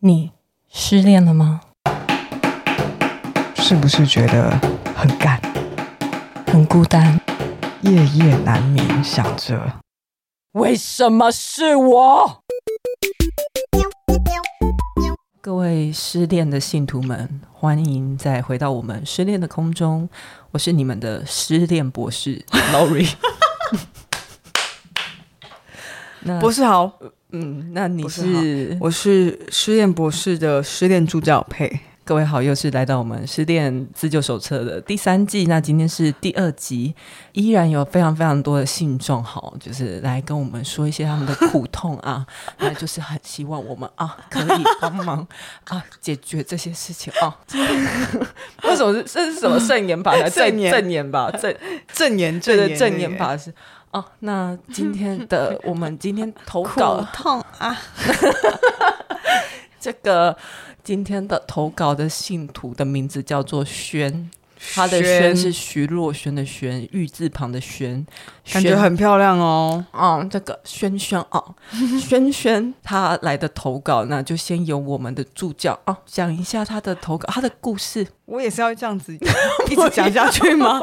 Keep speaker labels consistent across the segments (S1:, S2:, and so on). S1: 你失恋了吗？
S2: 是不是觉得很干，
S1: 很孤单，
S2: 夜夜难眠，想着
S1: 为什么是我？各位失恋的信徒们，欢迎再回到我们失恋的空中，我是你们的失恋博士 Lori。那
S3: 博士好，
S1: 嗯，那你
S3: 博士
S1: 是
S3: 我是失恋博士的失恋助教佩。
S1: 各位好，又是来到我们失恋自救手册的第三季。那今天是第二集，依然有非常非常多的信众，好，就是来跟我们说一些他们的苦痛啊，那就是很希望我们啊可以帮忙啊解决这些事情 啊。为什么是这是什么圣言法？还是
S3: 圣言
S1: 正言吧，正
S3: 正言
S1: 对
S3: 正
S1: 对
S3: 言
S1: 正言法是。哦，那今天的我们今天投 稿
S3: 痛啊！
S1: 这个今天的投稿的信徒的名字叫做轩，他的轩是徐若瑄的瑄，玉字旁的瑄，
S3: 感觉
S1: 轩
S3: 很漂亮哦。
S1: 嗯，这个轩轩啊，轩轩他来的投稿，那就先由我们的助教啊讲一下他的投稿，他的故事。
S3: 我也是要这样子 一直讲下去吗？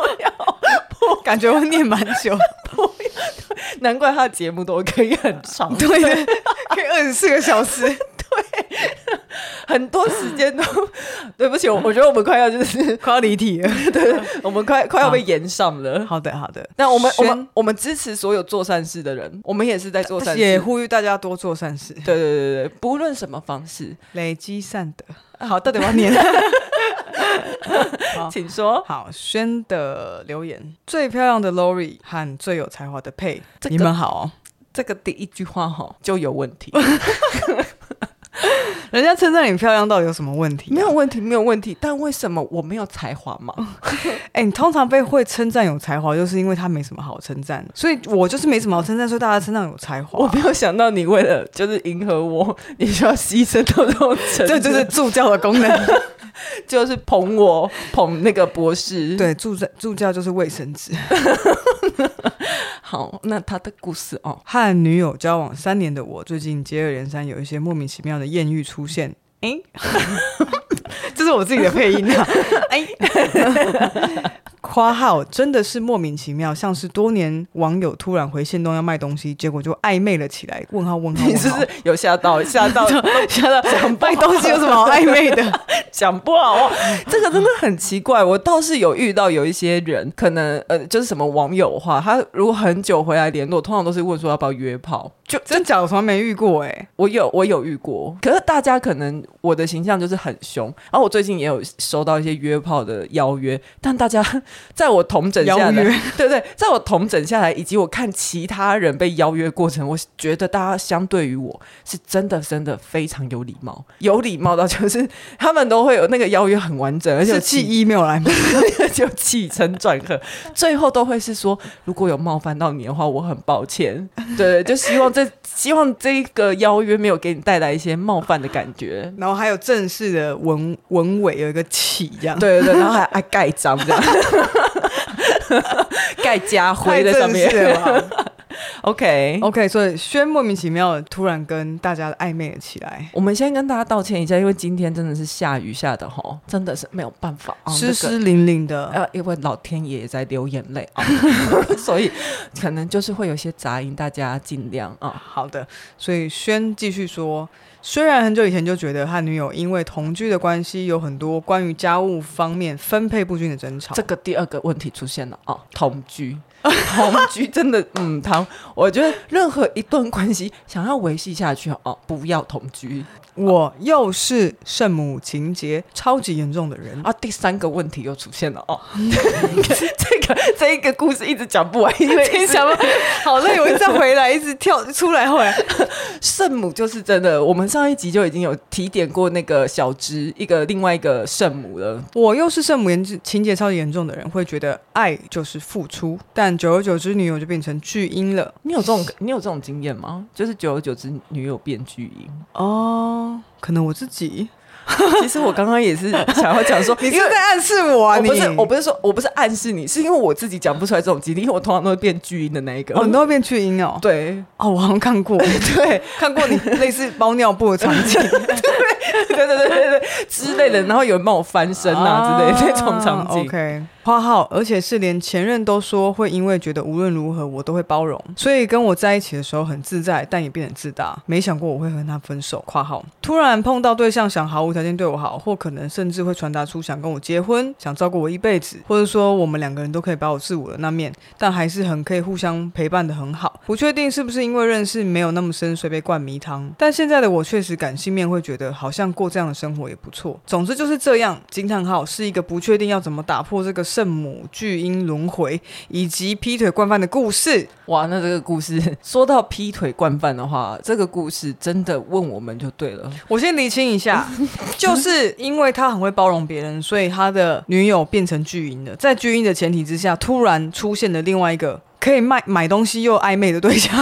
S3: 感觉会念蛮久，
S1: 难怪他的节目都可以很长，
S3: 对对，可以二十四个小 时。
S1: 很多时间都 对不起，我我觉得我们快要就是
S3: 快要离题了。
S1: 我们快快要被延上了。
S3: 好的，好的。
S1: 那我们我们
S3: 轩
S1: 我们支持所有做善事的人，我们呃也是在做善
S3: 但
S1: 事，
S3: 是也呼吁大家多做善事，
S1: 对对对对，对不论什么方式，
S3: 累积善德。啊好，到底我要念？好
S1: 请说。
S3: 好，轩的留言：最漂亮的 Lori 和最有才华的佩，
S1: 这个
S3: 你们好、哦。
S1: 这个第一句话哈就有问题，
S3: 人家称赞你漂亮，到底有什么问题、啊
S1: 没有，问题，没有问题。但为什么我没有才华嘛？
S3: 哎、你通常被会称赞有才华，就是因为他没什么好称赞，所以我就是没什么好称赞，所以大家称赞有才
S1: 我
S3: 华。
S1: 没有想到你为了就是迎合我，你需要牺牲到这种程度，
S3: 这就是助 教的功能，
S1: 就是捧我捧那个博士。，
S3: 对，助教助教就是卫生纸。
S1: 好，那他的故事哦，
S3: 和女友交往三年的我，最近接二连三有一些莫名其妙的艳遇出现。哎、 这是我自己的配音 啊！哎， 括号真的是莫名其妙，像是多年网友突然回线东要卖东西，结果就暧昧了起来。问号问号问号，
S1: 你是不是有吓到？吓 到？吓到？想
S3: 卖东西有什么好暧昧的？
S1: 讲不好哦， 这个真的很奇怪。我倒是有遇到有一些人，可能呃，就是什么网友的话，他如果很久回来联络，通常都是问说要不要约炮。
S3: 就真假我从来没遇过哎、
S1: 我有我有遇过，可是大家可能我的形象就是很凶，然后我最近也有收到一些约炮的邀约，但大家 在我同整下来
S3: 邀约，
S1: 对对，在我同整下来，以及我看其他人被邀约过程，我觉得大家相对于我是真的真的非常有礼貌，有礼貌到就是他们都会有那个邀约很完整，而且
S3: 是
S1: 有
S3: 寄
S1: 起
S3: email 来吗？
S1: 就起承转合，最后都会是说，如果有冒犯到你的话，我很抱歉。 对，就希望这希望这个邀约没有给你带来一些冒犯的感觉。
S3: 然后还有正式的文文尾有一个起这样，，
S1: 对对对，然后还还盖章这样，盖家
S3: 太
S1: 徽在上
S3: 正式
S1: 面。
S3: 了吧。
S1: OK，
S3: OK，所以轩莫名其妙地突然跟大家暧昧了起来，
S1: 我们先跟大家道歉一下，因为今天真的是下雨下的吼，真的是没有办法啊，
S3: 湿
S1: 那个
S3: 湿淋淋的。
S1: 呃，因为老天爷也在流眼泪啊， 所以可能就是会有一些杂音，大家尽量啊。
S3: 好的，所以轩继续说，虽然很久以前就觉得和女友因为同居的关系有很多关于家务方面分配不均的争吵，
S1: 这个第二个问题出现了啊，同居， 同居真的，嗯，他，我觉得任何一段关系想要维系下去哦，不要同居
S3: 我又是圣母情节超级严重的人，
S1: 啊。第三个问题又出现了哦， 这个这一个故事一直讲不 完，因为一直
S3: 好累，我一直回来，一直跳出来，后来
S1: 圣母就是真的，我们上一集就已经有提点过那个小芝一个另外一个圣母了，
S3: 我又是圣母严情节超级严重的人，会觉得爱就是付出，但久而久之，女友就变成巨婴了。
S1: 你有这种你有这种经验吗？就是久而久之，女友变巨婴。
S3: 哦，可能我自己，
S1: 其实我刚刚也是想要讲说，
S3: 你
S1: 因
S3: 是
S1: 为
S3: 在暗示我啊？
S1: 我
S3: 你
S1: 不是我不是说我不是暗示你，是因为我自己讲不出来这种经历，因为我通常都会变巨婴的那一个。
S3: 哦，你都会变巨婴哦？
S1: 对
S3: 哦，我好像看 过，
S1: 对
S3: 看过你 类似包尿布的场景。
S1: 对对对对对之类的，然后有人帮我翻 身啊之类的那种场景。
S3: OK，花号，而且是连前任都说会因为觉得无论如何我都会包容，所以跟我在一起的时候很自在，但也变得自大。没想过我会和他分手。括号，突然碰到对象想毫无条件对我好，或可能甚至会传达出想跟我结婚，想照顾我一辈子，或者说我们两个人都可以把我自我的那面，但还是很可以互相陪伴的很好。不确定是不是因为认识没有那么深，所以被灌迷汤。但现在的我确实感性面会觉得，好像过这样的生活也不错。总之就是这样。惊叹号是一个不确定要怎么打破这个圣母巨婴轮回以及劈腿惯犯的故事。
S1: 哇，那这个故事说到劈腿惯犯的话，这个故事真的问我们就对了。
S3: 我先厘清一 下，就是因为他很会包容别人，所以他的女友变成巨婴了。在巨婴的前提之下，突然出现了另外一个。可以卖买东西又暧昧的对 象，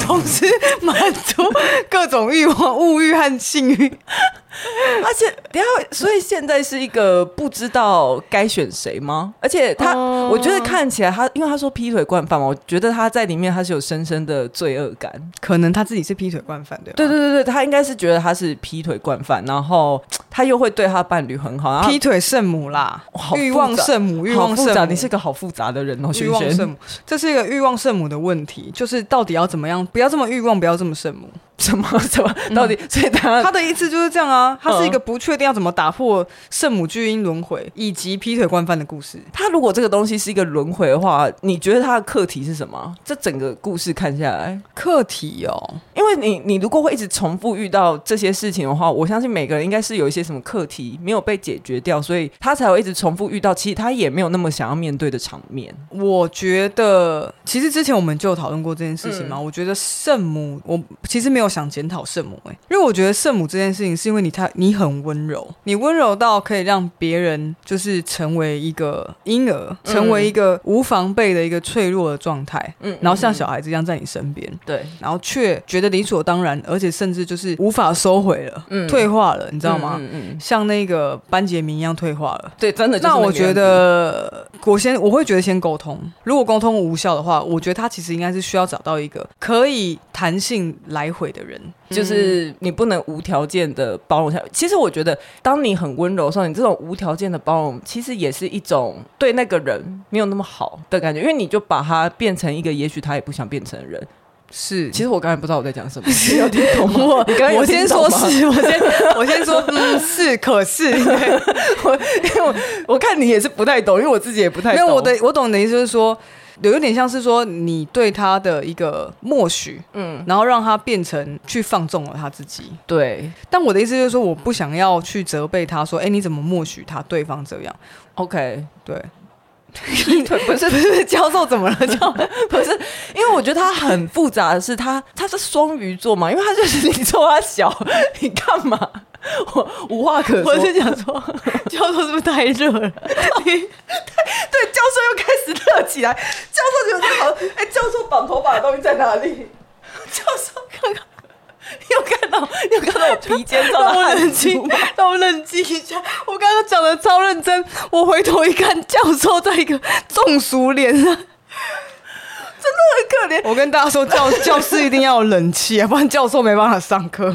S3: 同时满足各种欲望、物欲和性欲，
S1: 而且，等一下，所以现在是一个不知道该选谁吗？而且他，
S3: 哦
S1: 我觉得看起来他，因为他说劈腿惯犯嘛，我觉得他在里面他是有深深的罪恶感。
S3: 可能他自己是劈腿惯犯，对吧？啊
S1: 对对对对，他应该是觉得他是劈腿惯犯，然后他又会对他伴侣很好，然后
S3: 劈腿圣母啦
S1: 啊哇好，复杂
S3: 欲望圣母，欲望
S1: 好复
S3: 圣
S1: 杂，
S3: 母，
S1: 你是个好复杂的人哦，
S3: 欲
S1: 轩
S3: 望圣
S1: 轩。
S3: 母，这是一个欲望圣母的问题，就是到底要怎么样，不要这么欲望，不要这么圣母。
S1: 什么什么？到
S3: 嗯
S1: 底？所以他
S3: 他的意思就是这样啊，他是
S1: 呃
S3: 一
S1: 嗯
S3: 个不确定要怎么打破圣母巨婴轮回以及劈腿惯犯的故事。
S1: 他如果这个东西是一个轮回的话，你觉得他的课题是什么？这整个故事看下来，
S3: 课题哦，
S1: 因为你你如果会一直重复遇到这些事情的话，我相信每个人应该是有一些什么课题没有被解决掉，所以他才会一直重复遇到。其实他也没有那么想要面对的场面。
S3: 我觉得其实之前我们就有讨论过这件事情嘛。
S1: 嗯
S3: 我觉得圣母，我其实没有想检讨圣母、欸，因为我觉得圣母这件事情是因为你太你很温柔，你温柔到可以让别人就是成为一个婴儿，成为一个无防备的一个脆弱的状态，
S1: 嗯
S3: 然后像小孩子一样在你身边。
S1: 对，
S3: 然后却觉得理所当然，而且甚至就是无法收回了，
S1: 嗯
S3: 退化了，你知道吗？
S1: 嗯嗯，嗯
S3: 像那个班杰明一样退化了。
S1: 对，真的就是
S3: 那
S1: 个
S3: 我
S1: 样子
S3: 觉，得，我先我会觉得先沟通。如果沟通无效的话，我觉得他其实应该是需要找到一个可以弹性来回的人。
S1: 就是你不能无条件的包容下。其实我觉得，当你很温柔的时候，你这种无条件的包容，其实也是一种对那个人没有那么好的感觉，因为你就把他变成一个也许他也不想变成的人。
S3: 是，
S1: 其实我刚才不知道我在讲什么，你有听懂吗？
S3: 我
S1: 你刚刚有
S3: 我
S1: 听
S3: 先
S1: 懂
S3: 说
S1: 吗
S3: 是，我 先我先说嗯是，可是
S1: 我看你也是不太懂，因为我自己也不太
S3: 没
S1: 懂。
S3: 有我的我懂你的意思就是说，有一点像是说你对他的一个默许，
S1: 嗯，
S3: 然后让他变成去放纵了他自己。
S1: 对
S3: 但我的意思就是说，我不想要去责备他，说，哎，你怎么默许他对方这样？
S1: ，OK，
S3: 对，
S1: 劈腿不是不是 教授怎么了？教 不是，因为我觉得他很复杂的是他他是双鱼座嘛，因为他就是你说他小， 你干嘛？我无话可说。
S3: 我是想 说，教授是不是太热 了？
S1: 对教授又开始热起来，教授觉得好，哎、教授绑头发的东西在哪里？ 教授刚刚。你有看到，你有看到我披肩上的
S3: 让我
S1: 汗
S3: 冷
S1: 珠
S3: 静
S1: 吗？，
S3: 让我冷静一下。我刚刚讲的超认真，我 回头一看，教授在一个中暑 脸上。
S1: 真的很可怜。
S3: 我跟大家说，教教室一定要有冷气啊，不然教授没办法上课。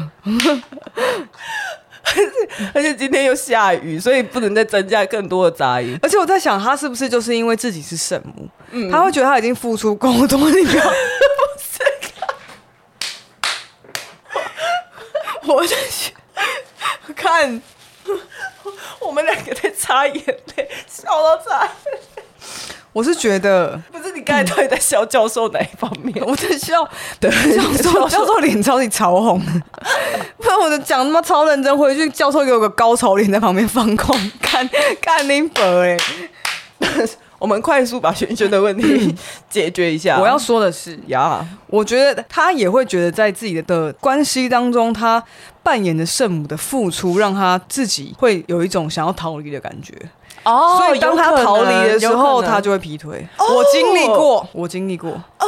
S1: 而且今天又下雨，所以不能再增加更多的杂音。
S3: 而且我在想，他是不是就是因为自己是圣母，
S1: 嗯
S3: 他会觉得他已经付出够多，你不要不是？我在想看，
S1: 我们两个在擦眼泪，笑到擦眼泪。
S3: 我是觉得
S1: 不是你刚才到底在笑教授哪一方面？
S3: 我在笑，教授 教授脸超级潮红， 不然我的讲他妈超认真，回去 欸教授给我个高潮脸在旁边放空，看看林伯哎，
S1: 我们快速把轩轩的问 题解决一下。
S3: 我要说的是，
S1: 呀，
S3: 我觉得他也会觉得在自己的关系当中，他扮演的圣母的付出，让他自己会有一种想要逃离的感觉。
S1: 哦
S3: 所以当他逃离的时候，他
S1: 他
S3: 就会劈腿。我经历过，我经历过。
S1: 哦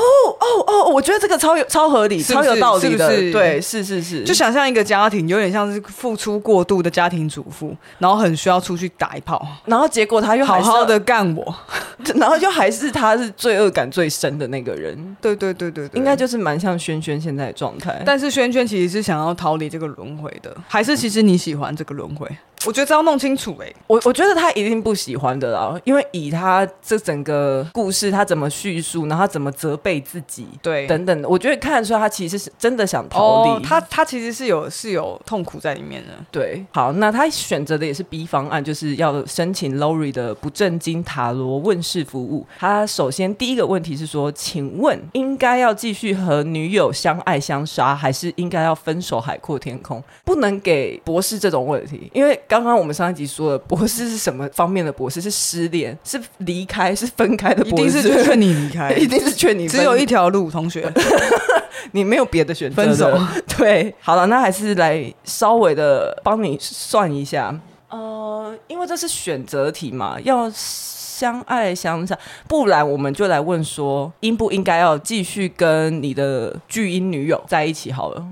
S1: 哦，我觉得这个超有超合理，
S3: 是不
S1: 超
S3: 是
S1: 有道理的，
S3: 是不是
S1: 对，是是是，
S3: 就想象一个家庭，有点像是付出过度的家庭主妇，然后很需要出去打一炮，
S1: 然后结果他又还
S3: 好
S1: 是
S3: 好的，干我。
S1: 然后又还是他是罪恶感最深的那个人，
S3: 对对对对对，
S1: 应该就是蛮像轩轩现在的状态。
S3: 但是轩轩其实是想要逃离这个轮回的，还是其实你喜欢这个轮回？我觉得这要弄清楚哎、
S1: 我我觉得他一定不喜欢的啦，因为以他这整个故事，他怎么叙述，然后他怎么责备自己，
S3: 对
S1: 等等的，我觉得看得出来他其实是真的想逃离。
S3: 哦他他其实是有是有痛苦在里面的。
S1: 对，好，那他选择的也是 B 方案，就是要申请 Lori 的不正经塔罗问世服务。他首先第一个问题是说，请问应该要继续和女友相爱相杀，还是应该要分手海阔天空？不能给博士这种问题，因为刚刚我们上一集说了，博士是什么方面的博士？是失恋，是离开，是分开的
S3: 一
S1: 博士，
S3: 定是劝你离开，
S1: 一定是劝你分，
S3: 只有一条路，同学。
S1: 你没有别的选择了，
S3: 分手
S1: 对，好了，那还是来稍微的帮你算一下。呃，因为这是选择题嘛，要相爱相杀，不然我们就来问说，应不应该要继续跟你的巨婴女友在一起好了。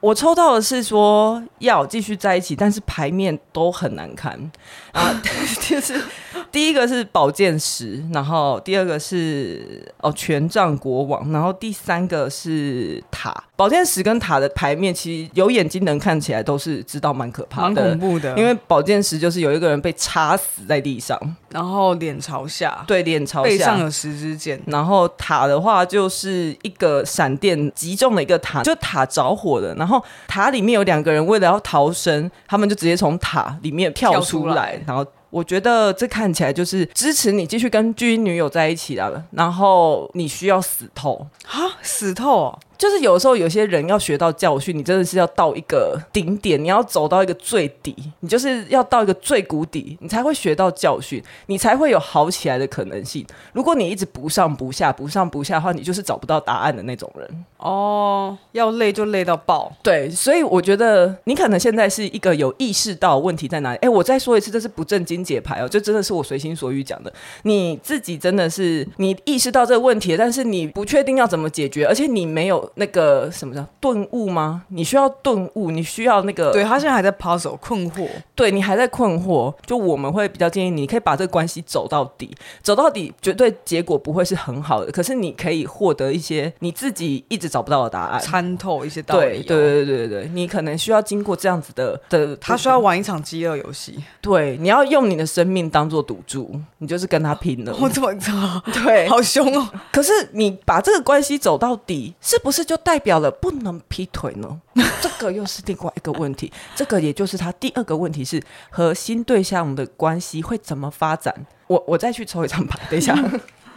S1: 我抽到的是说要继续在一起，但是牌面都很难 看啊，就是 第一个是宝剑十，然后第二个是哦权杖国王，然后第三个是塔。宝剑十跟塔的牌面，其实有眼睛能看起来都是知道蛮可怕
S3: 蛮
S1: 的，
S3: 恐怖的，
S1: 因为宝剑十就是有一个人被插死在地上，
S3: 然后脸朝下，
S1: 对，脸朝
S3: 背
S1: 下
S3: 上。有十支箭，
S1: 然后塔的话就是一个闪电击中了一个塔，就塔着火了。然后塔里面有两个人为了要逃生，他们就直接从塔里面跳出来。
S3: 跳出来
S1: 然后我觉得这看起来就是支持你继续跟巨婴女友在一起了。然后你需要死透，
S3: 哈，死透哦、
S1: 就是有时候有些人要学到教训，你真的是要到一个顶点，你要走到一个最底，你就是要到一个最谷底，你才会学到教训，你才会有好起来的可能性。如果你一直不上不下、不上不下的话，你就是找不到答案的那种人。
S3: 哦，要累就累到爆，
S1: 对，所以我觉得你可能现在是一个有意识到问题在哪里。哎，我再说一次，这是不正经解牌哦，这真的是我随心所欲讲的。你自己真的是你意识到这个问题，但是你不确定要怎么解决，而且你没有那个什么叫顿悟吗？你需要顿悟，你需要那个
S3: 对他现在还在 puzzle 困惑，
S1: 对你还在困惑，就我们会比较建议你可以把这个关系走到底，走到底绝对结果不会是很好的，可是你可以获得一些你自己一直找不到的答案。
S3: 参透一些道理、
S1: 对
S3: 哦
S1: 对对对对，你可能需要经过这样子的的，
S3: 他需要玩一场饥饿游戏，
S1: 对，你要用你的生命当做赌注，你就是跟他拼 了。
S3: 我怎么知道？
S1: 对，
S3: 好凶哦！
S1: 可是你把这个关系走到底，是不是就代表了不能劈腿呢？这个又是另外一个问 题，这个也就是他第二个问题是和新对象的关系会怎么发展？我我再去抽一张牌，等一下，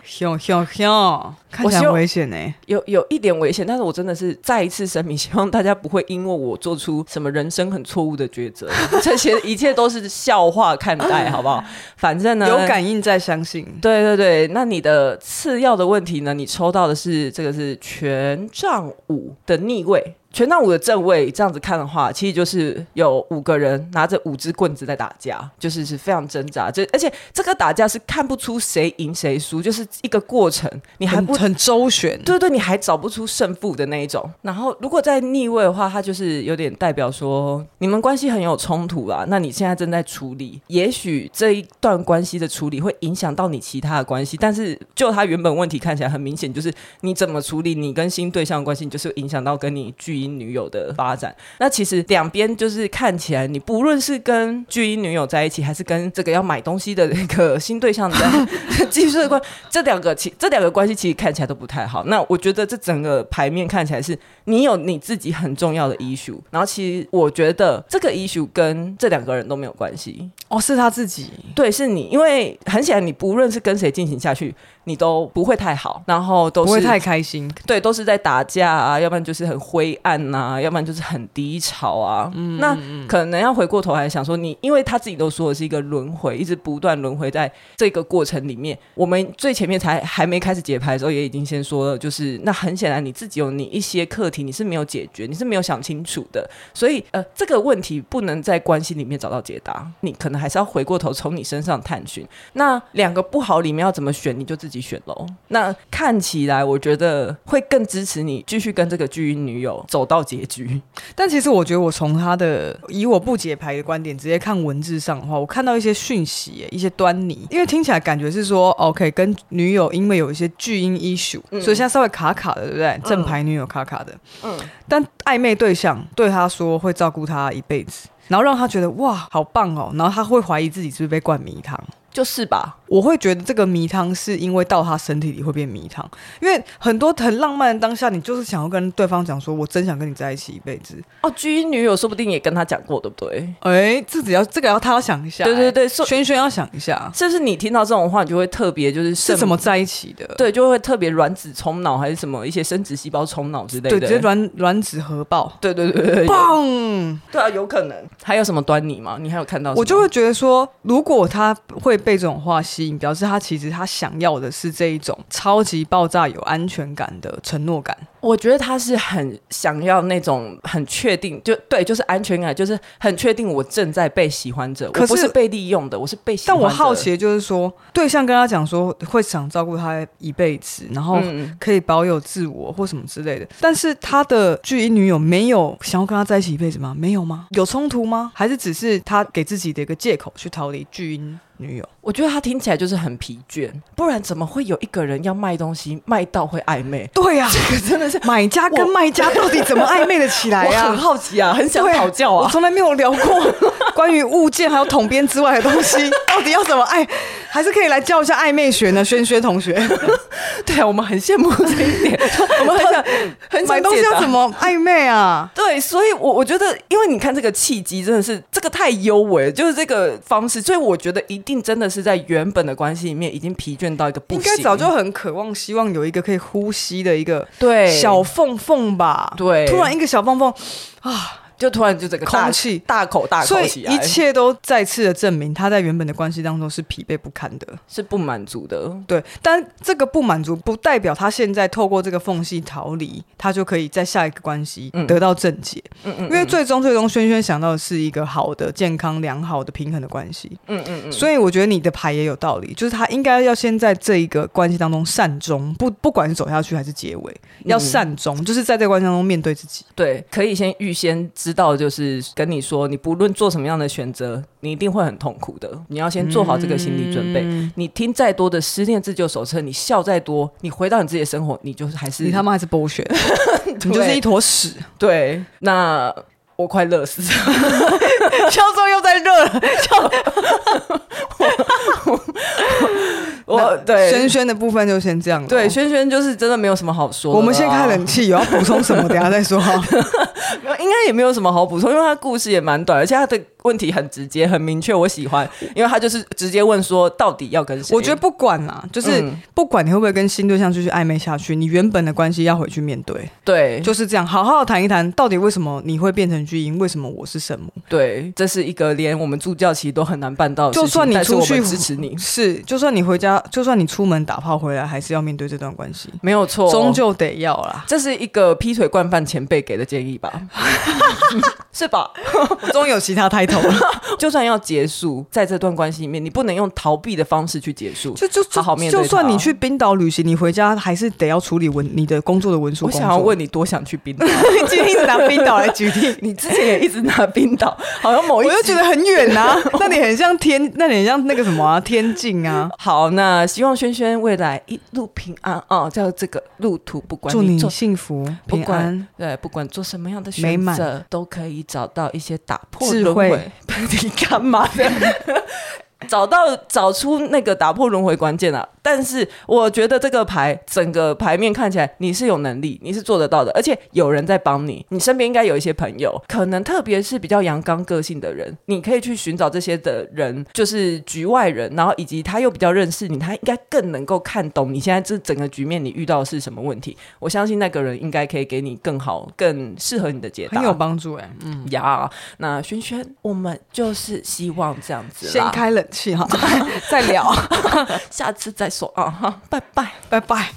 S3: 凶凶凶，看
S1: 我
S3: 起来
S1: 希
S3: 很
S1: 望
S3: 危险呢、
S1: 有有一点危险，但是我真的是再一次声明，希望大家不会因为我做出什么人生很错误的抉 择，这些一切都是笑话看待，好不好？反正呢，
S3: 有感应再相信，
S1: 对对对，那你的次要的问题呢？你抽到的是这个是权杖五的逆位，权杖五的正位。这样子看的话，其实就是有五个人拿着五支棍子在打架，就是是非常挣扎。这而且这个打架是看不出谁赢谁输，就是一个过程，你还
S3: 很
S1: 不
S3: 很周旋，
S1: 对对，你还找不出胜负的那一种。然后，如果在逆位的话，它就是有点代表说你们关系很有冲突啦。那你现在正在处理，也许这一段关系的处理会影响到你其他的关系，但是就他原本问题看起来很明显，就是你怎么处理你跟新对象的关系，你就是影响到跟你巨婴女友的发展。那其实两边就是看起来，你不论是跟巨婴女友在一起，还是跟这个要买东西的那个新对象在 继续的关，这两个其这两个关系其实看起来都不太好。那我觉得这整个牌面看起来是你有你自己很重要的 issue，然后其实我觉得这个 issue 跟这两个人都没有关系，
S3: 哦，是他自己，
S1: 对，是你，因为很显然你不论是跟谁进行下去，你都不会太好，然后都
S3: 不会
S1: 是
S3: 太开心。
S1: 对，都是在打架啊，要不然就是很灰暗呐、要不然就是很低潮啊。那可能要回过头来想说你，因为他自己都说的是一个轮回，一直不断轮回在这个过程里面。我们最前面才还没开始节拍的时候，也已经先说了，就是那很显然你自己有你一些课题，你是没有解决，你是没有想清楚的。所以呃，这个问题不能在关系里面找到解答，你可能还是要回过头从你身上探寻。那两个不好里面要怎么选，你就自己选喽。那看起来我觉得会更支持你继续跟这个巨婴女友走到结局。
S3: 但其实我觉得，我从他的以我不解牌的观点，直接看文字上的话，我看到一些讯息耶、一些端倪，因为听起来感觉是说，OK，跟女友因为有一些巨婴 issue，、所以现在稍微卡卡的，对不对？正牌女友卡卡的，嗯，但暧昧对象对他说会照顾他一辈子，然后让他觉得哇，好棒哦，然后他会怀疑自己是不是被灌迷汤。
S1: 就是吧，
S3: 我会觉得这个迷汤是因为到他身体里会变迷汤，因为很多很浪漫的当下，你就是想要跟对方讲说，我真想跟你在一起一辈子，
S1: 哦，巨婴女友说不定也跟他讲过，对不对？
S3: 哎，这只要这个要他要想一下、
S1: 对对对
S3: 哎
S1: 所以
S3: 轩轩要想一下
S1: 就是你听到这种话，你就会特别就是
S3: 是
S1: 是
S3: 怎么在一起的。
S1: 对，就会特别卵子冲脑还是什么一些生殖细胞冲脑之类
S3: 对，
S1: 的。
S3: 直接卵卵子核爆，
S1: 对对对对对，
S3: 砰！
S1: 对啊，有可能。还有什么端倪吗？你还有看到什么？
S3: 我就会觉得说，如果他会被这种话吸引，表示他其实他想要的是这一种超级爆炸有安全感的承诺感。
S1: 我觉得他是很想要那种很确定，就对，就是安全感，就是很确定我正在被喜欢着，
S3: 可
S1: 我不
S3: 是
S1: 是被利用的，我是被喜
S3: 但
S1: 欢着。
S3: 我好奇，的就是说，对象跟他讲说会想照顾他一辈子，然后
S1: 嗯
S3: 可以保有自我或什么之类的，但是他的巨婴女友没有想要跟他在一起一辈子吗？没有吗？有冲突吗？还是只是他给自己的一个借口去逃离巨婴女友？
S1: 我觉得他听起来就是很疲倦，不然怎么会有一个人要卖东西卖到会暧昧？
S3: 对呀、这个真的是买家跟卖家到 底怎么暧昧的起来
S1: 我
S3: 呀、
S1: 很好奇哎啊，很想
S3: 对
S1: 讨教
S3: 我
S1: 啊。
S3: 从来没有聊过 关于物件还有统编之外的东西，到底要怎么暧？还是可以来教一下暧昧学呢，轩轩同学。
S1: 对啊，我们很羡慕这一点， 我们很想很想
S3: 买东西
S1: 解答
S3: 要怎么 暧昧啊？
S1: 对，所以我，我觉得，因为你看这个契机，真的是这个太优美了，就是这个方式，所以我觉得一定真的是在原本的关系里面已经疲倦到一个不
S3: 应
S1: 行，
S3: 该早就很渴望，希望有一个可以呼吸的一个
S1: 对
S3: 小缝缝吧。
S1: 对
S3: 突然一个小缝缝，
S1: 就突然就这个大
S3: 空气
S1: 大口大
S3: 所
S1: 口
S3: 以
S1: 起来，
S3: 一切都再次的证明他在原本的关系当中是疲惫不堪的。
S1: 是不满足的。
S3: 对，但这个不满足不代表他现在透过这个缝隙逃离，他就可以在下一个关系得到正解。
S1: 嗯嗯，
S3: 因为最终最终，轩轩想到的是一个好的、健康、良好的、平衡的关系。
S1: 嗯嗯嗯，
S3: 所以我觉得你的牌也有道理，就是他应该要先在这一个关系当中善终，不不管是走下去还是结尾，要善终，就是在这个关系当中面对自己。
S1: 对，可以先预先知道，就是跟你说，你不论做什么样的选择，你一定会很痛苦的。你要先做好这个心理准备。你听再多的失恋自救手册，你笑再多，你回到你自己的生活，你就是还是
S3: 你他妈还是剥削， 你就是一坨 屎。
S1: 对，那我快乐死了。
S3: 销售又在热了，
S1: 我对
S3: 哦轩轩的部分就先这样了。哦
S1: 对，轩轩就是真的没有什么好说的啦。
S3: 我们先开冷气，有要补充什 么，等一下再说哈。
S1: 没有，应该也没有什么好补充，因为他故事也蛮短，而且他的问题很直接、很明确，我喜欢，因为他就是直接问说到底要跟谁。
S3: 我觉得不管啦，就是
S1: 嗯
S3: 不管你会不会跟新对象继续暧昧下去，你原本的关系要回去面对，
S1: 对，就
S3: 就是这样，好好谈一谈，到底为什么你会变成巨婴，为什么我是圣母？
S1: 对，这是一个连我们助教其实都很难办到的事情，
S3: 就算你
S1: 但是
S3: 出
S1: 我们
S3: 去
S1: 支持你，
S3: 是，就算你回家，就算你出门打炮回来，还是要面对这段关系，
S1: 没有错，哦
S3: 终究得要啦。
S1: 这是一个劈腿惯犯前辈给的建议吧， 是吧？
S3: 我终于有其他抬头 了，
S1: 就算要结束，在这段关系里面，你不能用逃避的方式去结束，
S3: 就就就
S1: 好好面对它
S3: 就算你去冰岛旅行，你回家还是得要处理文你的工作的文书
S1: 我
S3: 工作。
S1: 想要 问你，多想去冰岛？。
S3: 你，今天一直拿冰岛来举例
S1: 你之前也一直拿冰岛，好像某一
S3: 我
S1: 集
S3: 就觉得很远啊，那你很像天，那你很像那个什么啊，天境啊。
S1: 好。那希望轩轩未来一路平安哦，在这个路途不管
S3: 祝你
S1: 做
S3: 幸福
S1: 不
S3: 平安
S1: 管。对不管做什么样的
S3: 美
S1: 选
S3: 满
S1: 择，都可以找到一些打破
S3: 智
S1: 轮
S3: 慧
S1: 回。 你干嘛的？找到找出那个打破轮回关键啊！但是我觉得这个牌整个牌面看起来你是有能力，你是做得到的，而且有人在帮你，你身边应该有一些朋友，可能特别是比较阳刚个性的人，你可以去寻找这些的人，就是局外人，然后以及他又比较认识你，他应该更能够看懂你现在这整个局面你遇到的是什么问题。我相信那个人应该可以给你更好、更适合你的解答。
S3: 很有帮助哎、嗯，
S1: 呀那轩轩，我们就是希望这样子
S3: 先
S1: 啦，
S3: 开冷气哈，再聊，
S1: 下次再说啊，哈，拜拜。
S3: 拜拜。